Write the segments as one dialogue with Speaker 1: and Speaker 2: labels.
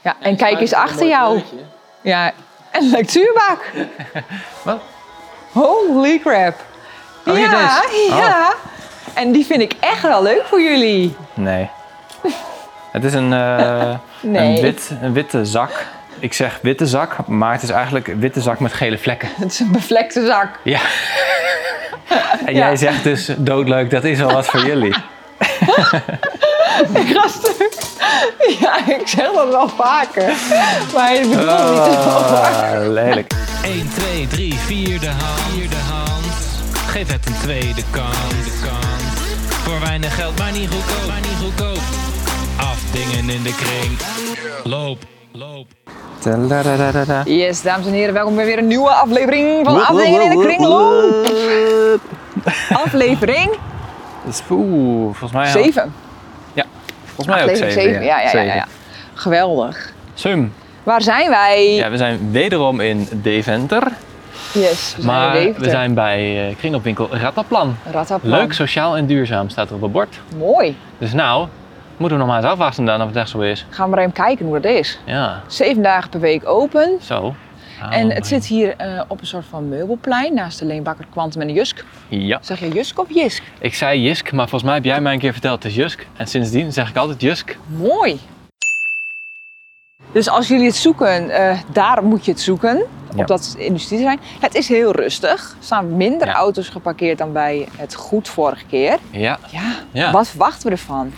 Speaker 1: Ja, en kijk eens achter jou. Ja, een lectuurbak.
Speaker 2: Wat?
Speaker 1: Holy crap.
Speaker 2: Oh, hier
Speaker 1: ja,
Speaker 2: deze. Oh.
Speaker 1: ja. En die vind ik echt wel leuk voor jullie.
Speaker 2: Nee. Het is een, eh,
Speaker 1: Nee.
Speaker 2: een, wit, een witte zak. Ik zeg witte zak, maar het is eigenlijk een witte zak met gele vlekken.
Speaker 1: Het is een bevlekte zak.
Speaker 2: Ja. En
Speaker 1: Ja.
Speaker 2: jij zegt dus doodleuk, dat is wel wat voor jullie.
Speaker 1: Gasten. Ja, ik zeg dat wel vaker. Maar je bedoelt niet zo vaak.
Speaker 2: Ah, lelijk.
Speaker 3: 1, 2, 3, 4 de hand. Vierde hand. Geef het een tweede kans. De kans. Voor weinig geld, maar niet goedkoop. Maar niet goedkoop. Afdingen in de kring. Loop, loop.
Speaker 2: Tadadadada.
Speaker 1: Yes, dames en heren, welkom bij weer een nieuwe aflevering van
Speaker 2: Woep,
Speaker 1: Aflevering in
Speaker 2: woep,
Speaker 1: de
Speaker 2: woep,
Speaker 1: Kringloop.
Speaker 2: woep.
Speaker 1: Aflevering
Speaker 2: Dat is oeh, volgens mij,
Speaker 1: 7.
Speaker 2: volgens mij ook zeven.
Speaker 1: ja, ja, ja, ja,
Speaker 2: Zeven.
Speaker 1: ja. Geweldig.
Speaker 2: Sum.
Speaker 1: Waar zijn wij?
Speaker 2: Ja, we zijn wederom in Deventer.
Speaker 1: Yes, we zijn
Speaker 2: maar
Speaker 1: in Deventer.
Speaker 2: we zijn bij eh kringloopwinkel Rattaplan.
Speaker 1: Rattaplan.
Speaker 2: Leuk, sociaal en duurzaam staat er op het bord.
Speaker 1: Mooi.
Speaker 2: Dus nou, moeten we nog maar eens afwachten dan of het echt zo is.
Speaker 1: Gaan we maar even kijken hoe dat is.
Speaker 2: Ja,
Speaker 1: Zeven dagen per week open.
Speaker 2: zo. Ah,
Speaker 1: en
Speaker 2: mijn-
Speaker 1: het zit hier eh, op een soort van meubelplein naast de Leenbakker Kwantum en de Jusk.
Speaker 2: Ja,
Speaker 1: Zeg je Jusk of Jisk?
Speaker 2: ik zei Jisk, maar volgens mij heb jij mij een keer verteld het is Jusk. En sindsdien zeg ik altijd Jusk.
Speaker 1: Mooi. Dus als jullie het zoeken, eh, daar moet je het zoeken.
Speaker 2: Ja.
Speaker 1: Op dat industrieterrein. Het is heel rustig. Er staan minder
Speaker 2: Ja.
Speaker 1: auto's geparkeerd dan bij het goed vorige keer.
Speaker 2: Ja,
Speaker 1: Ja,
Speaker 2: ja.
Speaker 1: wat verwachten we ervan?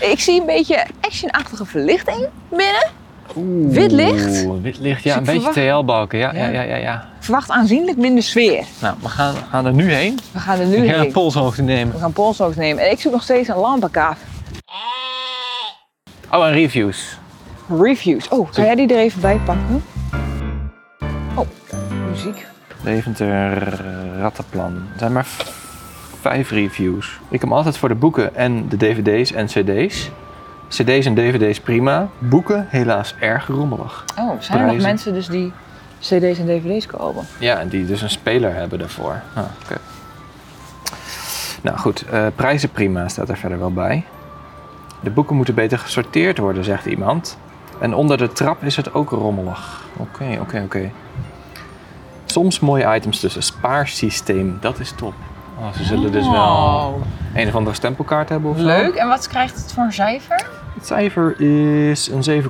Speaker 1: Ik zie een beetje actionachtige verlichting binnen.
Speaker 2: Oeh,
Speaker 1: wit licht?
Speaker 2: Wit licht,
Speaker 1: Dus
Speaker 2: ja,
Speaker 1: ik
Speaker 2: een beetje
Speaker 1: verwacht-
Speaker 2: TL-balken. Ja, ja.
Speaker 1: Ja.
Speaker 2: Ja, ja, ja.
Speaker 1: Ik verwacht aanzienlijk minder sfeer.
Speaker 2: Nou, we gaan, gaan er nu heen.
Speaker 1: We gaan er nu
Speaker 2: ik ga een
Speaker 1: heen.
Speaker 2: polshoogte nemen.
Speaker 1: We gaan polshoog nemen. En ik zoek nog steeds een lampenkaaf.
Speaker 2: Oh, en reviews.
Speaker 1: Reviews. Oh, kan jij die er even bij pakken? Oh, muziek.
Speaker 2: Deventer eh, Rattenplan. Er zijn maar v- vijf reviews. Ik kom altijd voor de boeken en de dvd's en cd's. Cd's en dvd's prima. Boeken helaas erg rommelig.
Speaker 1: Oh, zijn er nog
Speaker 2: Prijzen.
Speaker 1: mensen dus die cd's en dvd's kopen?
Speaker 2: Ja, en die dus een speler hebben daarvoor. Ah, oké. Nou goed, eh, prijzen prima staat er verder wel bij. De boeken moeten beter gesorteerd worden, zegt iemand. En onder de trap is het ook rommelig. Oké, oké, oké. Soms mooie items tussen. Spaarsysteem, dat is top. Oh, ze zullen dus wel
Speaker 1: Wow.
Speaker 2: een of andere stempelkaart hebben of zo.
Speaker 1: Oh, Leuk. En wat krijgt het voor een cijfer?
Speaker 2: Het cijfer is een 7,3.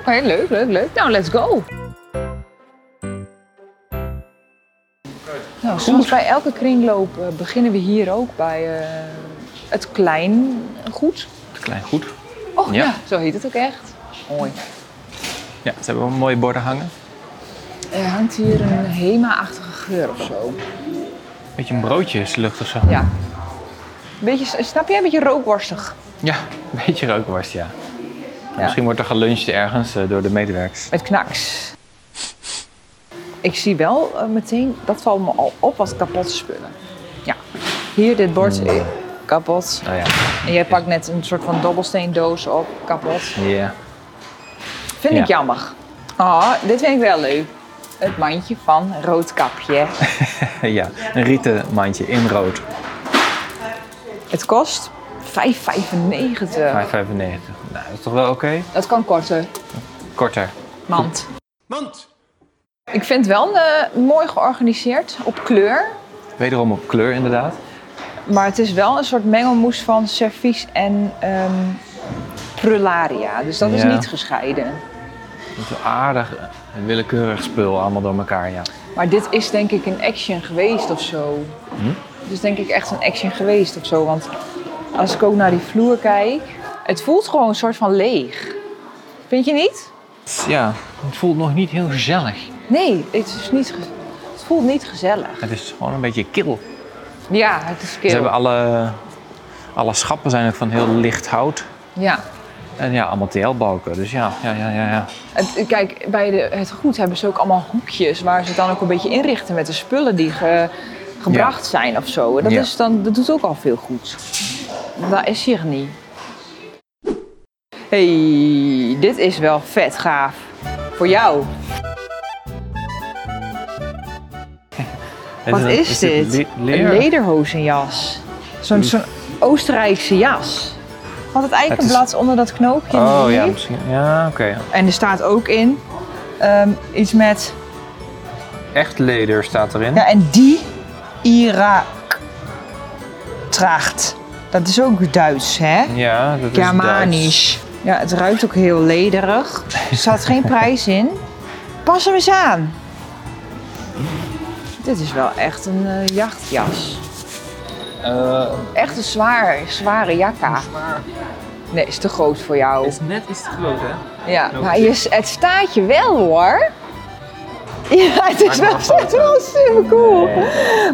Speaker 1: Oké, leuk, leuk, leuk. Nou, let's go. Nou, zoals bij elke kringloop eh, beginnen we hier ook bij eh, het klein goed.
Speaker 2: Klein goed.
Speaker 1: Oh ja.
Speaker 2: Ja.
Speaker 1: zo heet het ook echt. Mooi.
Speaker 2: Ja, ze hebben wel mooie borden hangen.
Speaker 1: Er hangt hier een Hema-achtige geur of zo.
Speaker 2: Beetje een broodjeslucht of zo.
Speaker 1: Ja. Beetje, snap jij? Een beetje rookworstig.
Speaker 2: Ja, een beetje rookworst, ja.
Speaker 1: Ja.
Speaker 2: Misschien wordt er geluncht ergens eh, door de medewerkers.
Speaker 1: Met knaks. Ik zie wel eh, meteen, dat valt me al op, wat kapotte spullen. Ja. Hier dit bord, eh, kapot.
Speaker 2: Nou ja,
Speaker 1: En jij pakt net een soort van dobbelsteendoos op, kapot.
Speaker 2: ja.
Speaker 1: Vind ik
Speaker 2: Ja.
Speaker 1: jammer. Oh, dit vind ik wel leuk. Het mandje van Roodkapje.
Speaker 2: ja, een rieten mandje in rood.
Speaker 1: Het kost 5,95.
Speaker 2: 5,95. Nou, dat is toch wel oké?
Speaker 1: Dat kan korter.
Speaker 2: Korter.
Speaker 1: Mand. Mand. Ik vind het wel eh, mooi georganiseerd op kleur.
Speaker 2: Wederom op kleur, inderdaad.
Speaker 1: Maar het is wel een soort mengelmoes van servies en ehm prularia. Dus dat is
Speaker 2: Ja.
Speaker 1: niet gescheiden.
Speaker 2: Dat is een aardig en willekeurig spul allemaal door elkaar, ja.
Speaker 1: Maar dit is denk ik een action geweest of zo.
Speaker 2: Hm?
Speaker 1: Dit is denk ik echt een action geweest of zo. Want als ik ook naar die vloer kijk, het voelt gewoon een soort van leeg. Vind je niet?
Speaker 2: Ja, het voelt nog niet heel gezellig.
Speaker 1: Nee, het, is niet ge- het voelt niet gezellig.
Speaker 2: Het is gewoon een beetje kil.
Speaker 1: Ja, het is kil.
Speaker 2: Ze hebben alle, alle schappen zijn ook van heel licht hout.
Speaker 1: Ja.
Speaker 2: En ja, allemaal TL-balken, dus ja, ja, ja, ja. ja.
Speaker 1: Het- kijk, bij de, het goed hebben ze ook allemaal hoekjes waar ze het dan ook een beetje inrichten met de spullen die ge- gebracht zijn of zo. Dat,
Speaker 2: Ja.
Speaker 1: is dan, dat doet ook al veel goed. Dat is hier niet. hey, dit is wel vet gaaf. Voor jou.
Speaker 2: Het
Speaker 1: Wat
Speaker 2: een-
Speaker 1: is, dit?
Speaker 2: le- leer?
Speaker 1: Een lederhozenjas. Zo'n zo'n Oostenrijkse jas. Had het
Speaker 2: Het is-
Speaker 1: eikenblad onder dat knoopje in de
Speaker 2: Oh ja,
Speaker 1: brief.
Speaker 2: misschien. Ja, oké.
Speaker 1: En er staat ook in ehm, iets met...
Speaker 2: Echt leder staat erin.
Speaker 1: Ja, en die Irak traagt. Dat is ook Duits, hè?
Speaker 2: Ja, dat is Duits.
Speaker 1: Germanisch. Ja, het ruikt ook heel lederig. Er staat geen prijs in. Pas hem eens aan. Dit is wel echt een eh, jachtjas.
Speaker 2: Eh,
Speaker 1: Echt een zwaar, zware jakka. Nee, is te groot voor jou.
Speaker 2: is net iets te groot, hè?
Speaker 1: Ja,
Speaker 2: Nou,
Speaker 1: maar je, het staat je wel hoor. Ja, het is
Speaker 2: Maak
Speaker 1: wel,
Speaker 2: maar foto.
Speaker 1: echt wel super cool.
Speaker 2: Nee.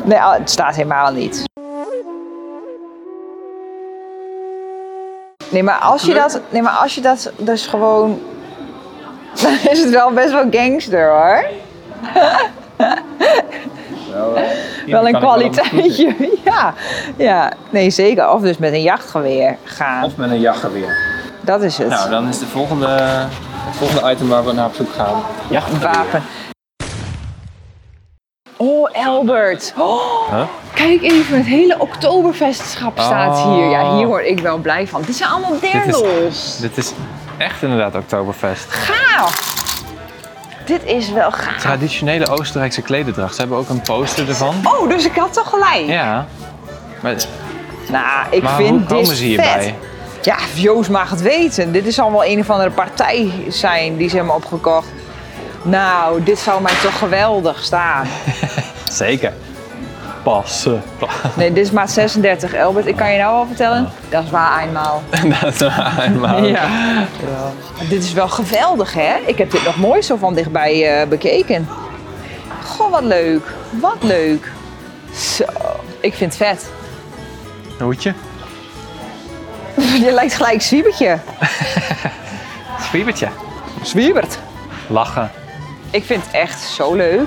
Speaker 1: Nee, ah, het staat helemaal niet. Nee, maar als je dat, nee, maar als je dat dus gewoon, dan is het wel best wel gangster hoor. wel een kwaliteitje. ja. ja, nee zeker. Of dus met een jachtgeweer gaan.
Speaker 2: Of met een jachtgeweer.
Speaker 1: Dat is het.
Speaker 2: Nou, dan is de volgende, het volgende item waar we naar op zoek gaan.
Speaker 1: Een
Speaker 2: Jachtgeweer.
Speaker 1: wapen. Oh, Albert. Oh,
Speaker 2: Huh?
Speaker 1: Kijk even, het hele Oktoberfestschap staat hier. Ja,
Speaker 2: Oh.
Speaker 1: hier word ik wel blij van. Dit zijn allemaal derdels.
Speaker 2: Dit is echt inderdaad Oktoberfest.
Speaker 1: Gaaf. Dit is wel gaaf.
Speaker 2: Traditionele Oostenrijkse klededracht. Ze hebben ook een poster ervan.
Speaker 1: Oh, dus ik had toch gelijk.
Speaker 2: Ja. Maar,
Speaker 1: Nou, ik
Speaker 2: maar hoe
Speaker 1: vind
Speaker 2: komen
Speaker 1: dit
Speaker 2: ze
Speaker 1: vet.
Speaker 2: hierbij?
Speaker 1: Ja, Joost mag het weten. Dit is allemaal een of andere partij zijn die ze hebben opgekocht. Nou, dit zou mij toch geweldig staan.
Speaker 2: Zeker. Passen.
Speaker 1: Nee, dit is maat 36, Albert. Ik kan je nou al vertellen, dat is waar eenmaal.
Speaker 2: Dat is helemaal.
Speaker 1: Ja. Dit is wel geweldig, hè? Ik heb dit nog mooi zo van dichtbij eh, bekeken. Goh, wat leuk. Wat leuk. Zo, ik vind het vet.
Speaker 2: Een hoedje.
Speaker 1: Je lijkt gelijk Zwiebertje.
Speaker 2: Zwiebertje.
Speaker 1: Zwiebert.
Speaker 2: Lachen.
Speaker 1: Ik vind het echt zo leuk.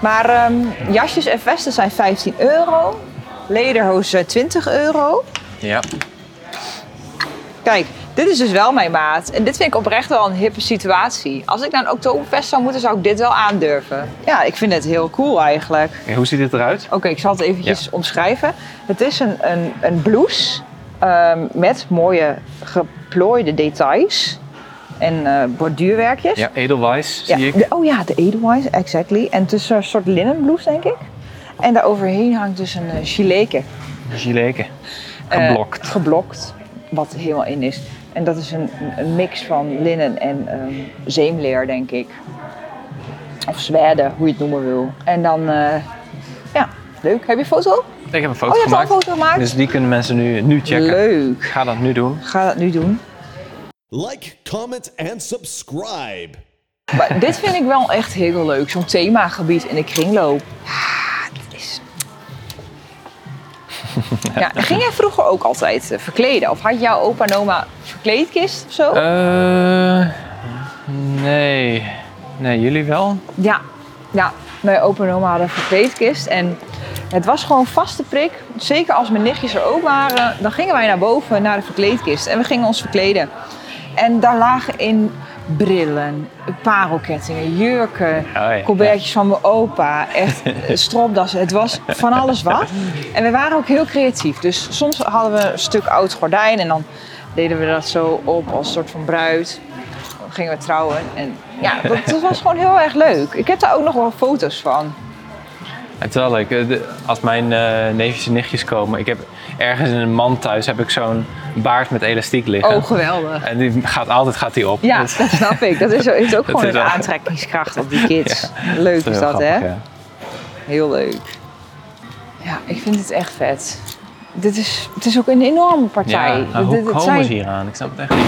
Speaker 1: Maar ehm, jasjes en vesten zijn 15 euro. Lederhozen 20 euro.
Speaker 2: Ja.
Speaker 1: Kijk, dit is dus wel mijn maat. En dit vind ik oprecht wel een hippe situatie. Als ik naar een Oktoberfest zou moeten, zou ik dit wel aandurven. Ja, ik vind het heel cool eigenlijk.
Speaker 2: En hoe ziet dit eruit?
Speaker 1: Oké, ik zal het eventjes
Speaker 2: Ja.
Speaker 1: omschrijven. Het is een, een, een blouse ehm, met mooie geplooide details en eh, borduurwerkjes.
Speaker 2: Ja, edelwijs zie
Speaker 1: Ja,
Speaker 2: ik.
Speaker 1: de- oh ja, de Edelweiss, exactly. En het is een soort linnen blouse, denk ik. En daar overheen hangt dus een eh chileke.
Speaker 2: Gileken.
Speaker 1: eh,
Speaker 2: Geblokt.
Speaker 1: geblokt, wat er helemaal in is. En dat is een, een mix van linnen en ehm, zeemleer, denk ik. Of zwaarden, hoe je het noemen wil. En dan, eh, ja, leuk. Heb je een foto?
Speaker 2: Ik heb een foto
Speaker 1: Oh, je hebt al een
Speaker 2: gemaakt.
Speaker 1: foto gemaakt?
Speaker 2: Dus die kunnen mensen nu, nu checken.
Speaker 1: Leuk.
Speaker 2: Ik ga dat nu doen.
Speaker 1: Ga dat nu doen.
Speaker 4: Like, comment, and subscribe.
Speaker 1: Maar dit vind ik wel echt heel leuk. Zo'n themagebied in de kringloop. Ja, dat is... Ja, ging jij vroeger ook altijd eh, verkleden? Of had jouw opa en oma verkleedkist of zo?
Speaker 2: Eh, nee. Nee, jullie wel?
Speaker 1: Ja, ja, mijn opa en oma hadden een verkleedkist. En het was gewoon vaste prik. Zeker als mijn nichtjes er ook waren, dan gingen wij naar boven naar de verkleedkist. En we gingen ons verkleden. En daar lagen in brillen, parelkettingen, jurken,
Speaker 2: Oh ja.
Speaker 1: colbertjes van mijn opa, echt stropdassen. Het was van alles wat. En we waren ook heel creatief. Dus soms hadden we een stuk oud gordijn en dan deden we dat zo op als soort van bruid gingen we trouwen. En ja, dat, dat was gewoon heel erg leuk. Ik heb daar ook nog wel foto's van.
Speaker 2: En terwijl ik, eh, de- als mijn eh, neefjes en nichtjes komen, ik heb ergens in een mand thuis heb ik zo'n baard met elastiek liggen.
Speaker 1: Oh, geweldig.
Speaker 2: En die gaat altijd gaat die op.
Speaker 1: Ja,
Speaker 2: Dat is-
Speaker 1: dat snap ik. Dat is, is ook gewoon
Speaker 2: is
Speaker 1: een
Speaker 2: wel-
Speaker 1: aantrekkingskracht op die kids. leuk is
Speaker 2: heel
Speaker 1: dat, hè?
Speaker 2: grappig,
Speaker 1: Heel leuk. Ja, ik vind het echt vet. Dit is, het is ook een enorme partij.
Speaker 2: Ja, maar
Speaker 1: Dit-
Speaker 2: hoe
Speaker 1: dit- dit
Speaker 2: komen
Speaker 1: zijn-
Speaker 2: ze hier aan? Ik snap het echt niet.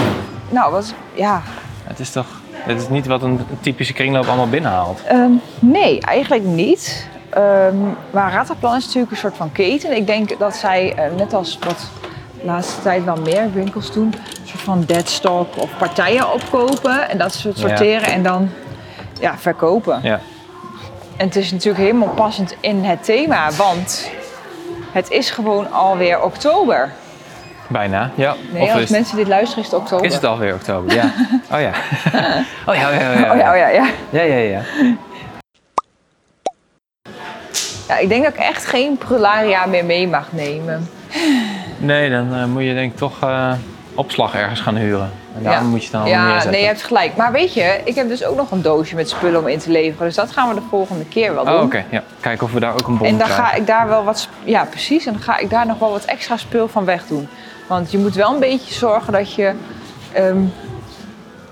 Speaker 1: Nou, wat, ja.
Speaker 2: Het is toch, het is niet wat een typische kringloop allemaal binnenhaalt.
Speaker 1: Ehm, nee, eigenlijk niet. Ehm, maar Rataplan is natuurlijk een soort van keten. Ik denk dat zij, eh, net als wat de laatste tijd wel meer winkels doen, een soort van deadstock of partijen opkopen en dat ze het
Speaker 2: Ja.
Speaker 1: sorteren en dan ja, verkopen.
Speaker 2: Ja.
Speaker 1: En het is natuurlijk helemaal passend in het thema, want het is gewoon alweer oktober.
Speaker 2: Bijna, ja.
Speaker 1: Nee,
Speaker 2: of
Speaker 1: als
Speaker 2: is,
Speaker 1: mensen dit luisteren is het oktober.
Speaker 2: is het alweer oktober? Ja. Oh ja. Oh ja, oh ja, oh ja.
Speaker 1: Oh ja, oh ja, ja.
Speaker 2: Ja, ja, ja.
Speaker 1: ja. Ik denk dat ik echt geen prularia meer mee mag nemen.
Speaker 2: Nee, dan eh, moet je denk ik toch eh, opslag ergens gaan huren. En daarom moet je het dan allemaal
Speaker 1: ja,
Speaker 2: neerzetten.
Speaker 1: nee, je hebt gelijk. Maar weet je, ik heb dus ook nog een doosje met spullen om in te leveren. Dus dat gaan we de volgende keer wel doen.
Speaker 2: Oh, oké. Ja. Kijken of we daar ook een bon
Speaker 1: En dan
Speaker 2: krijgen.
Speaker 1: ga ik daar wel wat. sp- Ja, precies. En dan ga ik daar nog wel wat extra spul van wegdoen. Want je moet wel een beetje zorgen dat je ehm,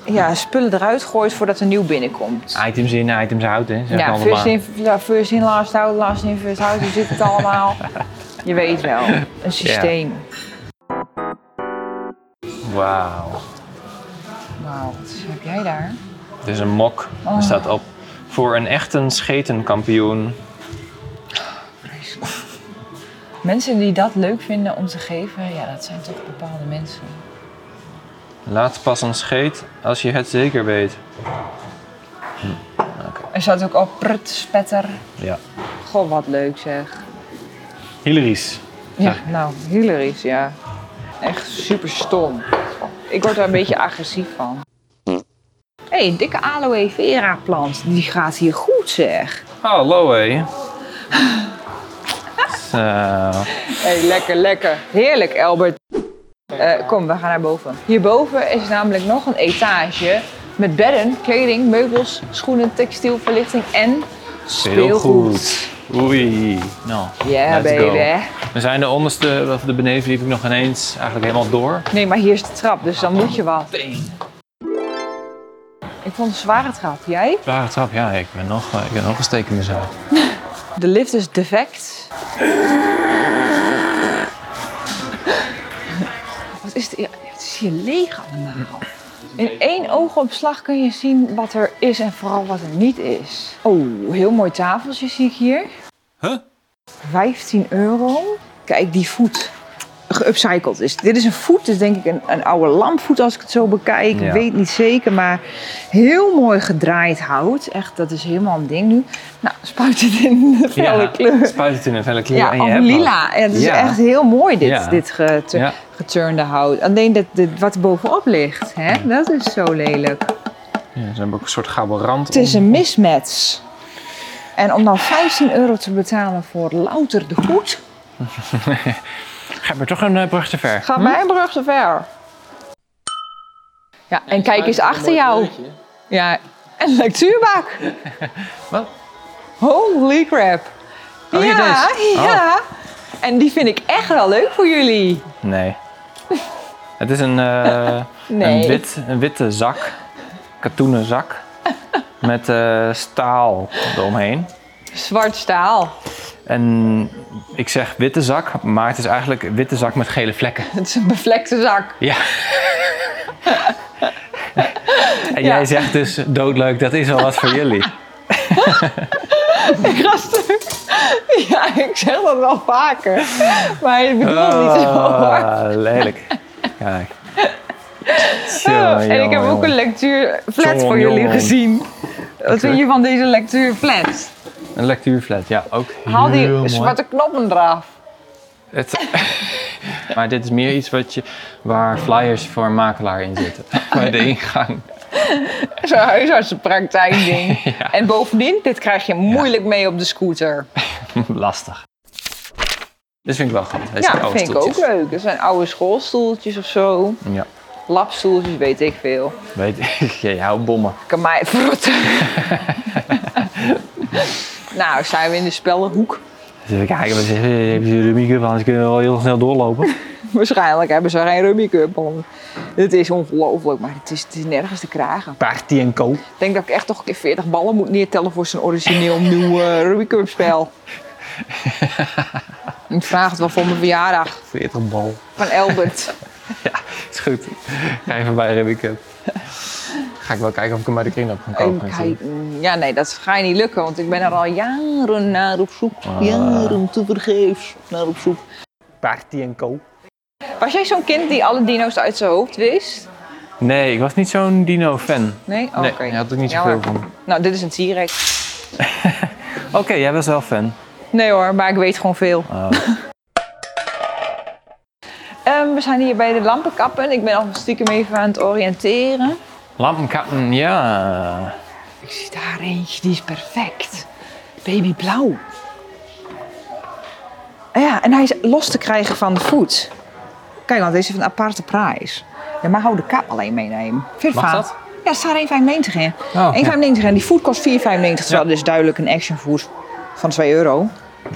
Speaker 1: ja, spullen eruit gooit voordat er nieuw binnenkomt.
Speaker 2: Items in, items out, hè. Zeg
Speaker 1: ja,
Speaker 2: allemaal.
Speaker 1: first in, ja, first in, last out, last in, first out. Hoe zit het allemaal? Je weet wel, een systeem.
Speaker 2: Wauw.
Speaker 1: Wauw, wat heb jij daar?
Speaker 2: Dit is een mok.
Speaker 1: Oh.
Speaker 2: Er staat op. Voor een echte schetenkampioen.
Speaker 1: Mensen die dat leuk vinden om te geven, ja, dat zijn toch bepaalde mensen.
Speaker 2: Laat pas een scheet als je het zeker weet. Hm. Oké.
Speaker 1: Er staat ook al prut, spetter.
Speaker 2: Ja.
Speaker 1: Goh, wat leuk zeg.
Speaker 2: Hilary's.
Speaker 1: Ja, nou, hilarisch, ja. Echt super stom. Ik word daar een beetje agressief van. Hé, hey, dikke aloe vera plant. Die gaat hier goed, zeg.
Speaker 2: Hallo, hé. Zo.
Speaker 1: Hé, hey, lekker, lekker. Heerlijk, Albert. Eh, kom, we gaan naar boven. Hierboven is namelijk nog een etage met bedden, kleding, meubels, schoenen, textiel, verlichting en speelgoed.
Speaker 2: Oei. Nou,
Speaker 1: Ja,
Speaker 2: let's go.
Speaker 1: baby.
Speaker 2: We zijn de onderste, of de benedenverdieping nog ineens eigenlijk helemaal door.
Speaker 1: Nee, maar hier is de trap, dus dan moet je wat. Ik vond het een zware trap. Jij?
Speaker 2: Zware trap, ja. Ik ben nog, eh, ik ben nog een steek in mezelf.
Speaker 1: De lift is defect. Wat is het? ja, Het is hier leeg allemaal. In één oogopslag kun je zien wat er is en vooral wat er niet is. Oh, heel mooi tafeltje zie ik hier.
Speaker 2: Huh?
Speaker 1: 15 euro. Kijk, die voet. Geupcycled is. Dit is een voet, dit is denk ik een, een oude lampvoet als ik het zo bekijk.
Speaker 2: Ja.
Speaker 1: Ik weet niet zeker, maar heel mooi gedraaid hout. Echt, dat is helemaal een ding nu. Nou, spuit het in de felle kleur.
Speaker 2: spuit het in een felle kleur
Speaker 1: Ja,
Speaker 2: en je
Speaker 1: of
Speaker 2: hebt wat.
Speaker 1: lila. Ja, het is
Speaker 2: Ja.
Speaker 1: echt heel mooi, dit,
Speaker 2: Ja.
Speaker 1: dit getu-
Speaker 2: Ja.
Speaker 1: geturende hout. Alleen dat, dit, wat er bovenop ligt, hè? dat is zo lelijk.
Speaker 2: Ja, ze hebben ook een soort gaberant.
Speaker 1: Het is een mismatch. En om dan 15 euro te betalen voor louter de goed,
Speaker 2: Ga maar toch een eh, brug te ver.
Speaker 1: gaat mijn brug te ver. Ja, en kijk eens achter jou. Ja, en lectuurbak.
Speaker 2: Wat?
Speaker 1: Holy crap.
Speaker 2: Oh, hier
Speaker 1: ja,
Speaker 2: deze. Oh.
Speaker 1: ja. En die vind ik echt wel leuk voor jullie.
Speaker 2: Nee. Het is een, eh,
Speaker 1: Nee.
Speaker 2: een, wit, een witte zak. Katoenen zak. Met eh, staal eromheen.
Speaker 1: Zwart staal.
Speaker 2: En ik zeg witte zak, maar het is eigenlijk een witte zak met gele vlekken.
Speaker 1: Het is een bevlekte zak.
Speaker 2: Ja. en
Speaker 1: Ja.
Speaker 2: jij zegt dus doodleuk, dat is wel wat voor jullie.
Speaker 1: Gasten. Ja, ik zeg dat wel vaker. Maar ik bedoel het niet zo hoor.
Speaker 2: Ah, lelijk. Kijk. Zo,
Speaker 1: En ik heb
Speaker 2: jongen,
Speaker 1: ook een
Speaker 2: jongen.
Speaker 1: lectuurflat voor
Speaker 2: Jongen,
Speaker 1: jullie
Speaker 2: jongen.
Speaker 1: gezien. Wat vind je van deze lectuurflat?
Speaker 2: Een lectuurflat, ja, ook
Speaker 1: Haal
Speaker 2: heel
Speaker 1: die
Speaker 2: mooi.
Speaker 1: zwarte knoppen eraf.
Speaker 2: Het, maar dit is meer iets wat je, waar flyers voor een makelaar in zitten. Bij de ingang.
Speaker 1: Zo'n huisartsenpraktijkding.
Speaker 2: Ja.
Speaker 1: En bovendien, dit krijg je moeilijk mee op de scooter.
Speaker 2: Lastig. Dit vind ik wel goed. Deze
Speaker 1: Ja, dat
Speaker 2: oude
Speaker 1: vind ik ook
Speaker 2: stoeltjes.
Speaker 1: leuk. Dat zijn oude schoolstoeltjes of zo.
Speaker 2: Ja,
Speaker 1: Lapstoeltjes, weet ik veel.
Speaker 2: weet ik. Je houdt bommen.
Speaker 1: Kan mij verrotten. nou, zijn we in de spellenhoek.
Speaker 2: Dus even kijken, wat zeggen ze? hebben ze de rubriek, anders kunnen we wel heel snel doorlopen.
Speaker 1: Waarschijnlijk hebben ze geen Rummy Cup. want Het is ongelooflijk, maar het is, het is nergens te krijgen.
Speaker 2: Party en co.
Speaker 1: Ik denk dat ik echt toch een keer 40 ballen moet neertellen voor zo'n origineel nieuw eh Rummy Cup spel. ik vraag het wel voor mijn verjaardag
Speaker 2: 40 bal.
Speaker 1: van Elbert.
Speaker 2: Ja, is goed. Ga even bij Rubik Cup. Ga ik wel kijken of ik hem bij de kringloop kan
Speaker 1: En
Speaker 2: kopen.
Speaker 1: hij-
Speaker 2: natuurlijk.
Speaker 1: ja, nee, dat ga je niet lukken, want ik ben er al jaren naar op zoek.
Speaker 2: Ah.
Speaker 1: Jaren te vergeefs naar op zoek.
Speaker 2: Party en co.
Speaker 1: Was jij zo'n kind die alle dino's uit zijn hoofd wist?
Speaker 2: Nee, ik was niet zo'n dino-fan.
Speaker 1: Nee? Oké.
Speaker 2: Nee, je had er niet zoveel
Speaker 1: Jammer.
Speaker 2: van.
Speaker 1: Nou, dit is een T-Rex.
Speaker 2: Oké, jij was wel fan.
Speaker 1: Nee hoor, maar ik weet gewoon veel.
Speaker 2: Oh.
Speaker 1: Ehm, we zijn hier bij de lampenkappen. Ik ben al stiekem even aan het oriënteren.
Speaker 2: Lampenkatten, ja.
Speaker 1: Ik zie daar eentje, die is perfect. Babyblauw. Ah Ja, en hij is los te krijgen van de voet. Kijk, want deze heeft een aparte prijs. Ja, maar hou de kaap alleen meenemen. Vind je
Speaker 2: Mag
Speaker 1: het
Speaker 2: dat? Oh,
Speaker 1: vaak? Ja, er staat 1,95 in.
Speaker 2: ja.
Speaker 1: 1,95 en die food kost 4,95. Terwijl dit is duidelijk een action food van 2 euro.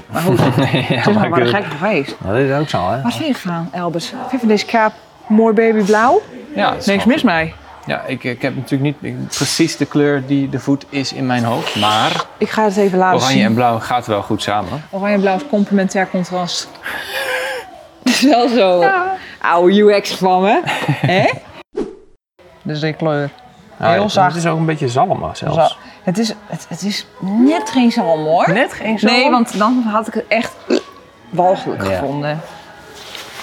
Speaker 1: Maar goed, het is nog maar een gek geweest.
Speaker 2: Dat is ook zo, hè?
Speaker 1: Wat vind je ervan, Elbers? Vind je van deze kaap mooi babyblauw?
Speaker 2: Ja, dat is
Speaker 1: Niks
Speaker 2: wel
Speaker 1: mis mee.
Speaker 2: goed. Ja, ik, ik heb natuurlijk niet ik- precies de kleur die de voet is in mijn hoofd. Maar
Speaker 1: Ik ga het even laten
Speaker 2: oranje
Speaker 1: Nou, zien.
Speaker 2: en blauw gaat wel goed samen.
Speaker 1: Oranje en blauw is complementair contrast. Dat is wel zo. Oude UX van me. Hè? Dus die kleur. Heel zacht.
Speaker 2: Het is ook een beetje zalm zelfs.
Speaker 1: Zo. Het, is, het, het is net geen zalm hoor.
Speaker 2: Net geen
Speaker 1: Nee, want dan had ik het echt walgelijk
Speaker 2: Ja.
Speaker 1: gevonden.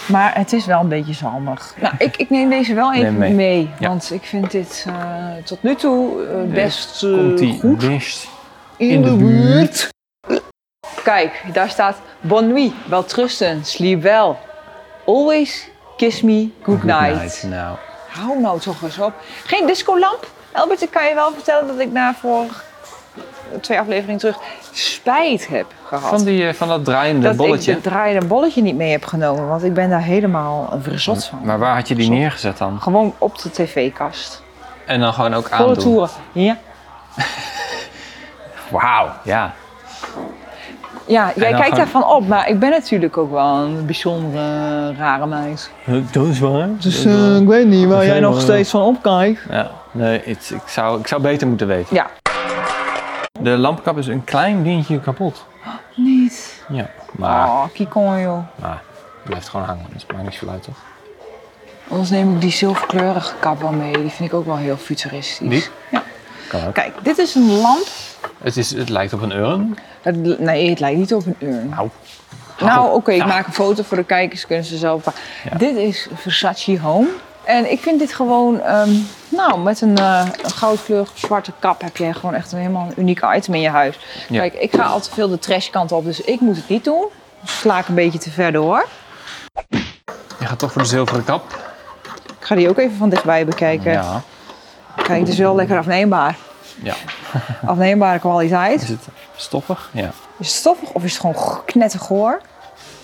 Speaker 1: Maar het is wel een beetje zalmig. Nou, ik, ik neem deze wel even
Speaker 2: Neem
Speaker 1: mee.
Speaker 2: mee. Ja.
Speaker 1: Want ik vind dit eh, tot nu toe eh, best eh,
Speaker 2: Komt die
Speaker 1: goed
Speaker 2: mist.
Speaker 1: in,
Speaker 2: in
Speaker 1: de,
Speaker 2: de
Speaker 1: buurt. Kijk, daar staat Bon nuit, wel trusten, sleep wel. Always kiss me good night.
Speaker 2: Nou,
Speaker 1: Hou nou toch eens op. Geen discolamp? Albert, ik kan je wel vertellen dat ik na voor twee afleveringen terug spijt heb gehad.
Speaker 2: van, die, eh, van dat draaiende
Speaker 1: dat
Speaker 2: bolletje.
Speaker 1: ik het draaiende bolletje niet mee heb genomen, want ik ben daar helemaal verzot van.
Speaker 2: Maar waar had je die neergezet dan?
Speaker 1: Gewoon op de tv-kast.
Speaker 2: En dan gewoon ook
Speaker 1: Volle
Speaker 2: aandoen.
Speaker 1: toeren. Ja.
Speaker 2: Wauw, ja.
Speaker 1: Ja, jij
Speaker 2: dan
Speaker 1: kijkt
Speaker 2: nou gewoon-
Speaker 1: daarvan op, maar ik ben natuurlijk ook wel een bijzondere rare meid.
Speaker 2: Dat is waar.
Speaker 1: Dus ik weet niet waar
Speaker 2: jij nog steeds
Speaker 1: van opkijkt.
Speaker 2: Ja, nee, het- ik, zou, ik zou beter moeten weten.
Speaker 1: Ja.
Speaker 2: De lampkap is een klein dingetje kapot.
Speaker 1: Niet.
Speaker 2: Ja, maar,
Speaker 1: Oh, kikon joh.
Speaker 2: maar het blijft gewoon hangen. Dat maakt niet veel uit, toch?
Speaker 1: Anders neem ik die zilverkleurige kap wel mee. Die vind ik ook wel heel futuristisch.
Speaker 2: Die?
Speaker 1: Ja.
Speaker 2: Kan ook.
Speaker 1: Kijk, dit is een lamp.
Speaker 2: Het, is, het lijkt op een urn.
Speaker 1: Het- nee, het lijkt niet op een urn.
Speaker 2: Nou. Oh.
Speaker 1: Nou, oké, ik maak een foto voor de kijkers, kunnen ze zelf. Dit is Versace Home. En ik vind dit gewoon, ehm, nou, met een, eh een goudkleurig zwarte kap heb jij gewoon echt een helemaal een uniek item in je huis.
Speaker 2: Ja.
Speaker 1: Kijk, ik ga al te veel de trashkant op, dus ik moet het niet doen. Dus sla ik een beetje te ver door.
Speaker 2: Je gaat toch voor de zilveren kap?
Speaker 1: Ik ga die ook even van dichtbij bekijken.
Speaker 2: Ja.
Speaker 1: Kijk, het is wel lekker afneembaar.
Speaker 2: Ja.
Speaker 1: Afneembare kwaliteit.
Speaker 2: Is het stoffig? Ja.
Speaker 1: Is het stoffig of is het gewoon knettergoor?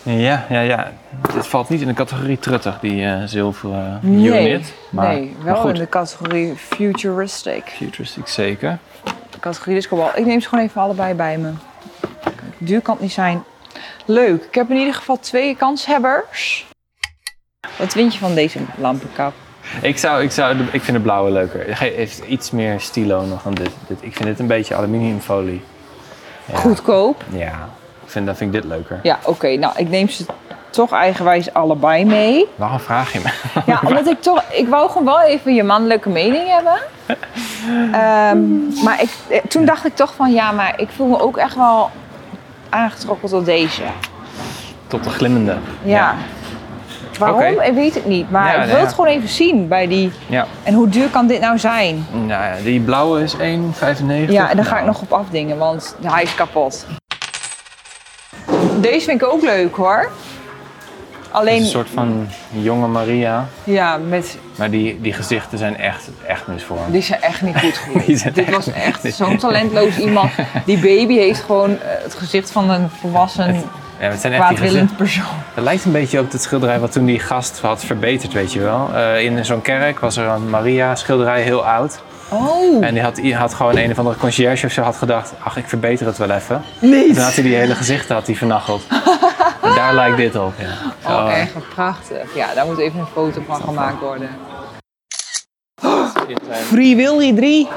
Speaker 2: Ja, ja, ja. Dit valt niet in de categorie truttig, die eh zilveren unit. Maar,
Speaker 1: nee, wel
Speaker 2: maar goed.
Speaker 1: in de categorie futuristic.
Speaker 2: Futuristic zeker.
Speaker 1: categorie discobal. Ik neem ze gewoon even allebei bij me. Duur kan het niet zijn. Leuk. Ik heb in ieder geval twee kanshebbers. Wat vind je van deze lampenkap?
Speaker 2: Ik, zou, ik, zou, de- ik vind de blauwe leuker. Hij heeft iets meer stilo nog dan dit. dit. Ik vind dit een beetje aluminiumfolie. Ja.
Speaker 1: Goedkoop.
Speaker 2: Ja, ik vind, dan vind ik dit leuker.
Speaker 1: Ja, oké. Nou, ik neem ze toch eigenwijs allebei mee.
Speaker 2: Waarom vraag je me?
Speaker 1: Ja, omdat ik toch... Ik wou gewoon wel even je mannelijke mening hebben. Ehm, maar ik, eh, toen dacht ik toch van... Ja, maar ik voel me ook echt wel aangetrokken tot deze. Ja.
Speaker 2: Tot de glimmende.
Speaker 1: Waarom?
Speaker 2: Oké.
Speaker 1: Ik weet het niet. Maar
Speaker 2: Ja,
Speaker 1: ik
Speaker 2: nou
Speaker 1: wil
Speaker 2: ja.
Speaker 1: het gewoon even zien bij die...
Speaker 2: Ja.
Speaker 1: En hoe duur kan dit nou zijn?
Speaker 2: Nou ja, die blauwe is 1,95.
Speaker 1: Ja, en daar ga
Speaker 2: Nou,
Speaker 1: ik nog op afdingen, want hij is kapot. Deze vind ik ook leuk hoor.
Speaker 2: het is
Speaker 1: Alleen,
Speaker 2: Een soort van jonge Maria.
Speaker 1: ja, met,
Speaker 2: Maar die, die gezichten zijn echt, echt misvormd.
Speaker 1: die zijn echt niet goed
Speaker 2: Die
Speaker 1: geweest.
Speaker 2: zijn
Speaker 1: Dit
Speaker 2: echt
Speaker 1: was echt zo'n talentloos iemand. Die baby heeft gewoon eh, het gezicht van een volwassen,
Speaker 2: Ja, het zijn echt die gezichten.
Speaker 1: kwaadwillend persoon.
Speaker 2: Het lijkt een beetje op het schilderij wat toen die gast had verbeterd, weet je wel. Eh, in zo'n kerk was er een Maria-schilderij, heel oud.
Speaker 1: Oh,
Speaker 2: En die had, die had gewoon een of andere conciërge of zo had gedacht, ach, ik verbeter het wel even.
Speaker 1: niet.
Speaker 2: Toen had hij die hele gezichten had hij vernacheld. En daar lijkt dit op, ja. Zo,
Speaker 1: Oh, echt wat prachtig. Ja, daar moet even een foto van gemaakt worden.
Speaker 2: eh,
Speaker 1: Free Willy 3,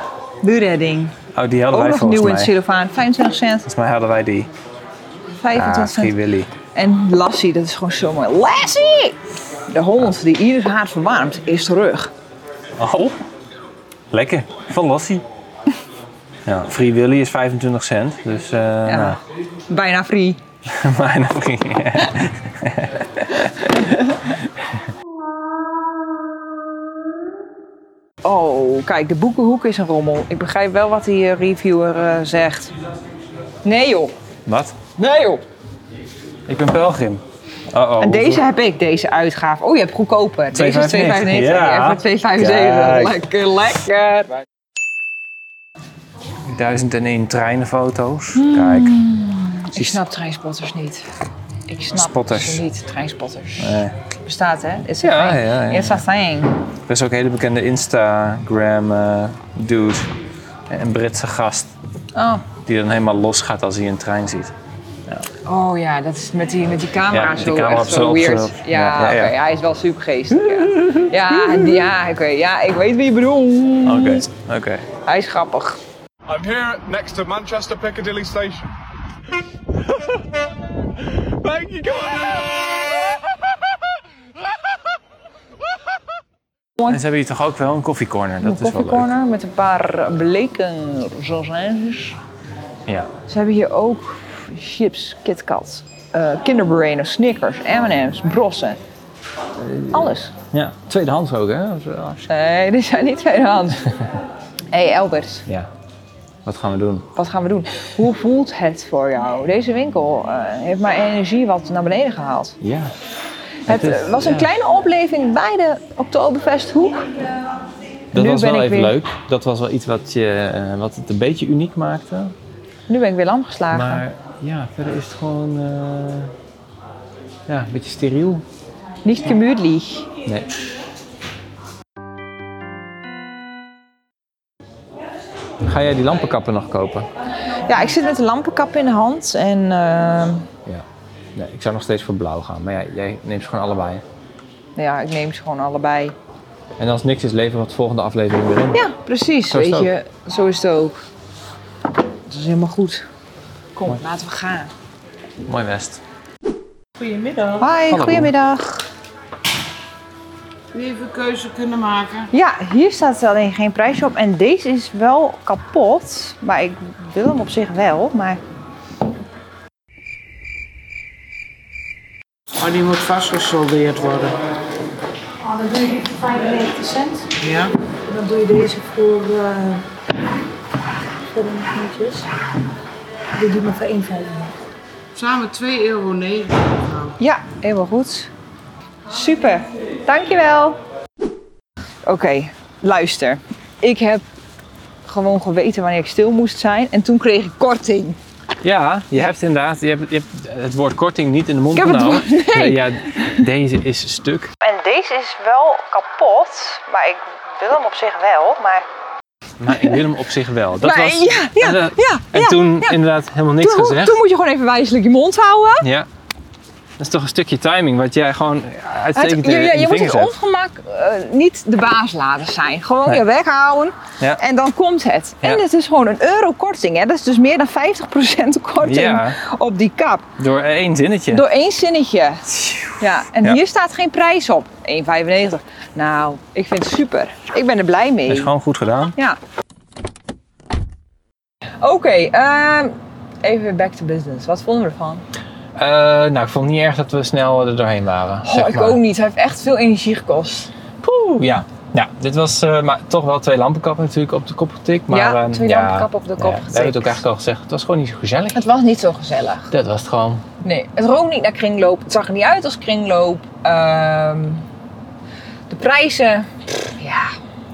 Speaker 1: buurredding.
Speaker 2: Oh, die hadden
Speaker 1: Ook
Speaker 2: wij
Speaker 1: nog
Speaker 2: volgens
Speaker 1: nieuw in
Speaker 2: mij.
Speaker 1: het Silofaan. 25 cent,
Speaker 2: Volgens mij hadden wij die.
Speaker 1: 25
Speaker 2: Ah,
Speaker 1: cent.
Speaker 2: Free Willy.
Speaker 1: En Lassie, dat is gewoon zo mooi. Lassie! De hond die ieders haat verwarmt, is terug.
Speaker 2: Oh, lekker. Van Lassie. Ja, Free Willy is 25 cent, dus eh
Speaker 1: Ja. Bijna free.
Speaker 2: nou, bijna free.
Speaker 1: Oh, kijk, de boekenhoek is een rommel. Ik begrijp wel wat die eh, reviewer eh, zegt. Nee joh,
Speaker 2: Wat?
Speaker 1: nee joh.
Speaker 2: Ik ben pelgrim. Oh oh.
Speaker 1: En deze heb ik, deze uitgave. Oh, je hebt goedkoper. Deze is 2,95.
Speaker 2: 2,95.
Speaker 1: Ja.
Speaker 2: Ja.
Speaker 1: voor 2,75.
Speaker 2: Kijk.
Speaker 1: Lekker, lekker.
Speaker 2: 1001 treinenfoto's. Kijk.
Speaker 1: Hmm. Ik snap treinspotters niet. Ik snap
Speaker 2: Spotters.
Speaker 1: ze niet, treinspotters.
Speaker 2: Nee.
Speaker 1: Bestaat hè? Is
Speaker 2: Ja,
Speaker 1: een-
Speaker 2: ja, ja,
Speaker 1: It's a thing.
Speaker 2: Er is ook een hele bekende Instagram-dude. een Britse gast.
Speaker 1: Oh.
Speaker 2: Die dan helemaal losgaat als hij een trein ziet.
Speaker 1: oh ja, dat is met die, met die camera
Speaker 2: Ja, met die
Speaker 1: zo
Speaker 2: camera
Speaker 1: echt
Speaker 2: op zo-
Speaker 1: zo
Speaker 2: op
Speaker 1: weird.
Speaker 2: zo-
Speaker 1: ja,
Speaker 2: ja, ja,
Speaker 1: oké,
Speaker 2: ja.
Speaker 1: hij is wel supergeestig. Ja, ja, en die- ja, oké, ja, ik weet wie je bedoelt.
Speaker 2: Oké, oké.
Speaker 1: Hij is grappig.
Speaker 5: I'm here next to Manchester Piccadilly Station. Thank you,
Speaker 2: En ze hebben hier toch ook wel een koffiecorner. Dat
Speaker 1: Een
Speaker 2: is wel leuk.
Speaker 1: koffiecorner met een paar bleken sausages.
Speaker 2: Ja.
Speaker 1: Ze hebben hier ook chips, KitKat, eh kinderburritos, Snickers, M&M's, brossen. Alles.
Speaker 2: ja. Tweedehands ook, hè?
Speaker 1: Nee, dit zijn niet tweedehands. Hé hey Albert,
Speaker 2: Ja. Wat gaan we doen?
Speaker 1: wat gaan we doen? Hoe voelt het voor jou? Deze winkel eh, heeft mijn energie wat naar beneden gehaald.
Speaker 2: Ja.
Speaker 1: Het
Speaker 2: is-
Speaker 1: eh, was een
Speaker 2: ja.
Speaker 1: kleine opleving bij de Oktoberfesthoek.
Speaker 2: Dat
Speaker 1: Nu
Speaker 2: was
Speaker 1: ben
Speaker 2: wel
Speaker 1: ik
Speaker 2: even
Speaker 1: weer-
Speaker 2: leuk. Dat was wel iets wat, je, eh, wat het een beetje uniek maakte.
Speaker 1: Nu ben ik weer lam geslagen.
Speaker 2: Maar ja, verder is het gewoon eh, ja, een beetje steriel.
Speaker 1: Niet gemütlich.
Speaker 2: Nee. Ga jij die lampenkappen nog kopen?
Speaker 1: Ja, ik zit met de lampenkap in de hand en... eh,
Speaker 2: Ja. Nee, ik zou nog steeds voor blauw gaan. Maar ja, jij neemt ze gewoon allebei.
Speaker 1: Nou ja, ik neem ze gewoon allebei.
Speaker 2: En als niks is, leveren we het volgende aflevering weer in.
Speaker 1: Ja, precies.
Speaker 2: Zo is
Speaker 1: weet
Speaker 2: het
Speaker 1: je, zo is het ook. Dat is helemaal goed. Kom, laten we gaan.
Speaker 2: Mooi West.
Speaker 1: Hi, goedemiddag.
Speaker 6: Even keuze kunnen maken.
Speaker 1: Ja, hier staat alleen geen prijs op. En deze is wel kapot. Maar ik wil hem op zich wel. Maar
Speaker 6: Oh, die moet vastgesoldeerd worden.
Speaker 7: Oh, dan doe je die voor 95 cent.
Speaker 6: Ja?
Speaker 7: En dan doe je deze voor. eh voor de minuutjes. Dan Doe die maar voor 1,95.
Speaker 6: Samen 2,9 euro.
Speaker 1: ja, helemaal goed. Super, dankjewel. Oké, luister. Ik heb gewoon geweten wanneer ik stil moest zijn. En toen kreeg ik korting.
Speaker 2: Ja, je hebt inderdaad je hebt, je hebt eh, het woord korting niet in de mond
Speaker 1: Ik heb het
Speaker 2: genomen. Eh,
Speaker 1: woord- nee.
Speaker 2: ja, deze is stuk.
Speaker 1: En deze is wel kapot. Maar ik wil hem op zich wel. Maar
Speaker 2: Maar ik wil hem op zich wel. Dat
Speaker 1: Maar,
Speaker 2: was,
Speaker 1: ja, ja,
Speaker 2: en, eh,
Speaker 1: ja,
Speaker 2: En
Speaker 1: ja,
Speaker 2: toen
Speaker 1: ja.
Speaker 2: inderdaad helemaal niks
Speaker 1: Toen,
Speaker 2: gezegd.
Speaker 1: toen moet je gewoon even wijselijk je mond houden.
Speaker 2: Ja. Dat is toch een stukje timing wat jij gewoon
Speaker 1: Het-
Speaker 2: uitstekend
Speaker 1: je
Speaker 2: in
Speaker 1: je-
Speaker 2: in
Speaker 1: je
Speaker 2: je
Speaker 1: moet
Speaker 2: vingers
Speaker 1: het
Speaker 2: hebt.
Speaker 1: ongemak eh, niet de baas laten zijn. Gewoon
Speaker 2: Nee.
Speaker 1: je weg houden
Speaker 2: Ja.
Speaker 1: en dan komt het.
Speaker 2: Ja.
Speaker 1: En het is gewoon een euro korting. Hè? Dat is dus meer dan 50% korting
Speaker 2: Ja.
Speaker 1: op die kap.
Speaker 2: Door één zinnetje.
Speaker 1: Door één zinnetje. Ja. En
Speaker 2: Ja.
Speaker 1: hier staat geen prijs op. 1,95. Nou, ik vind het super. Ik ben er blij mee.
Speaker 2: Dat is gewoon goed gedaan.
Speaker 1: Ja. Oké, ehm, even back to business. Wat vonden we ervan?
Speaker 2: Eh, nou, ik vond het niet erg dat we snel eh, er doorheen waren.
Speaker 1: Oh,
Speaker 2: zeg
Speaker 1: ik
Speaker 2: maar.
Speaker 1: ook niet. Hij heeft echt veel energie gekost.
Speaker 2: Poeh, ja. Ja, dit was eh, maar toch wel twee lampenkappen natuurlijk op de kop getikt. Maar,
Speaker 1: Ja,
Speaker 2: eh,
Speaker 1: twee lampenkappen op de kop
Speaker 2: We hebben het ook
Speaker 1: getikt.
Speaker 2: eigenlijk al gezegd. Het was gewoon niet zo gezellig.
Speaker 1: Het was niet zo gezellig.
Speaker 2: Dat was het gewoon.
Speaker 1: Nee, het rook niet naar kringloop. Het zag er niet uit als kringloop. Ehm, de prijzen, pff, ja,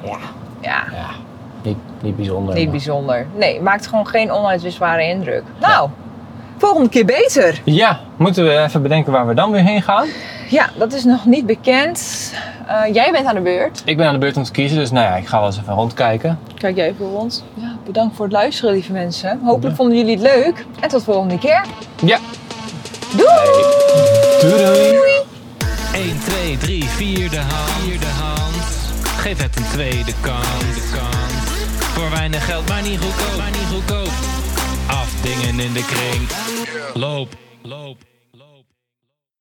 Speaker 1: ja, ja.
Speaker 2: Ja, niet, niet bijzonder.
Speaker 1: Niet
Speaker 2: maar-
Speaker 1: bijzonder. Nee, maakt gewoon geen onuitwisbare indruk. Nou, volgende keer beter.
Speaker 2: Ja, moeten we even bedenken waar we dan weer heen gaan.
Speaker 1: Ja, dat is nog niet bekend. Eh, jij bent aan de beurt.
Speaker 2: Ik ben aan de beurt om te kiezen, dus nou ja, ik ga wel eens even rondkijken.
Speaker 1: Kijk jij even rond. Ja, bedankt voor het luisteren, lieve mensen. Hopelijk vonden jullie het leuk. En tot volgende keer.
Speaker 2: Ja.
Speaker 1: Doei!
Speaker 2: Doei!
Speaker 3: 1, 2, 3, 4 de hand. Vierde hand. Geef het een tweede kans. De kans. Voor weinig geld, maar niet goedkoop. Maar niet goedkoop. Afdingen in de kring. Loop, loop.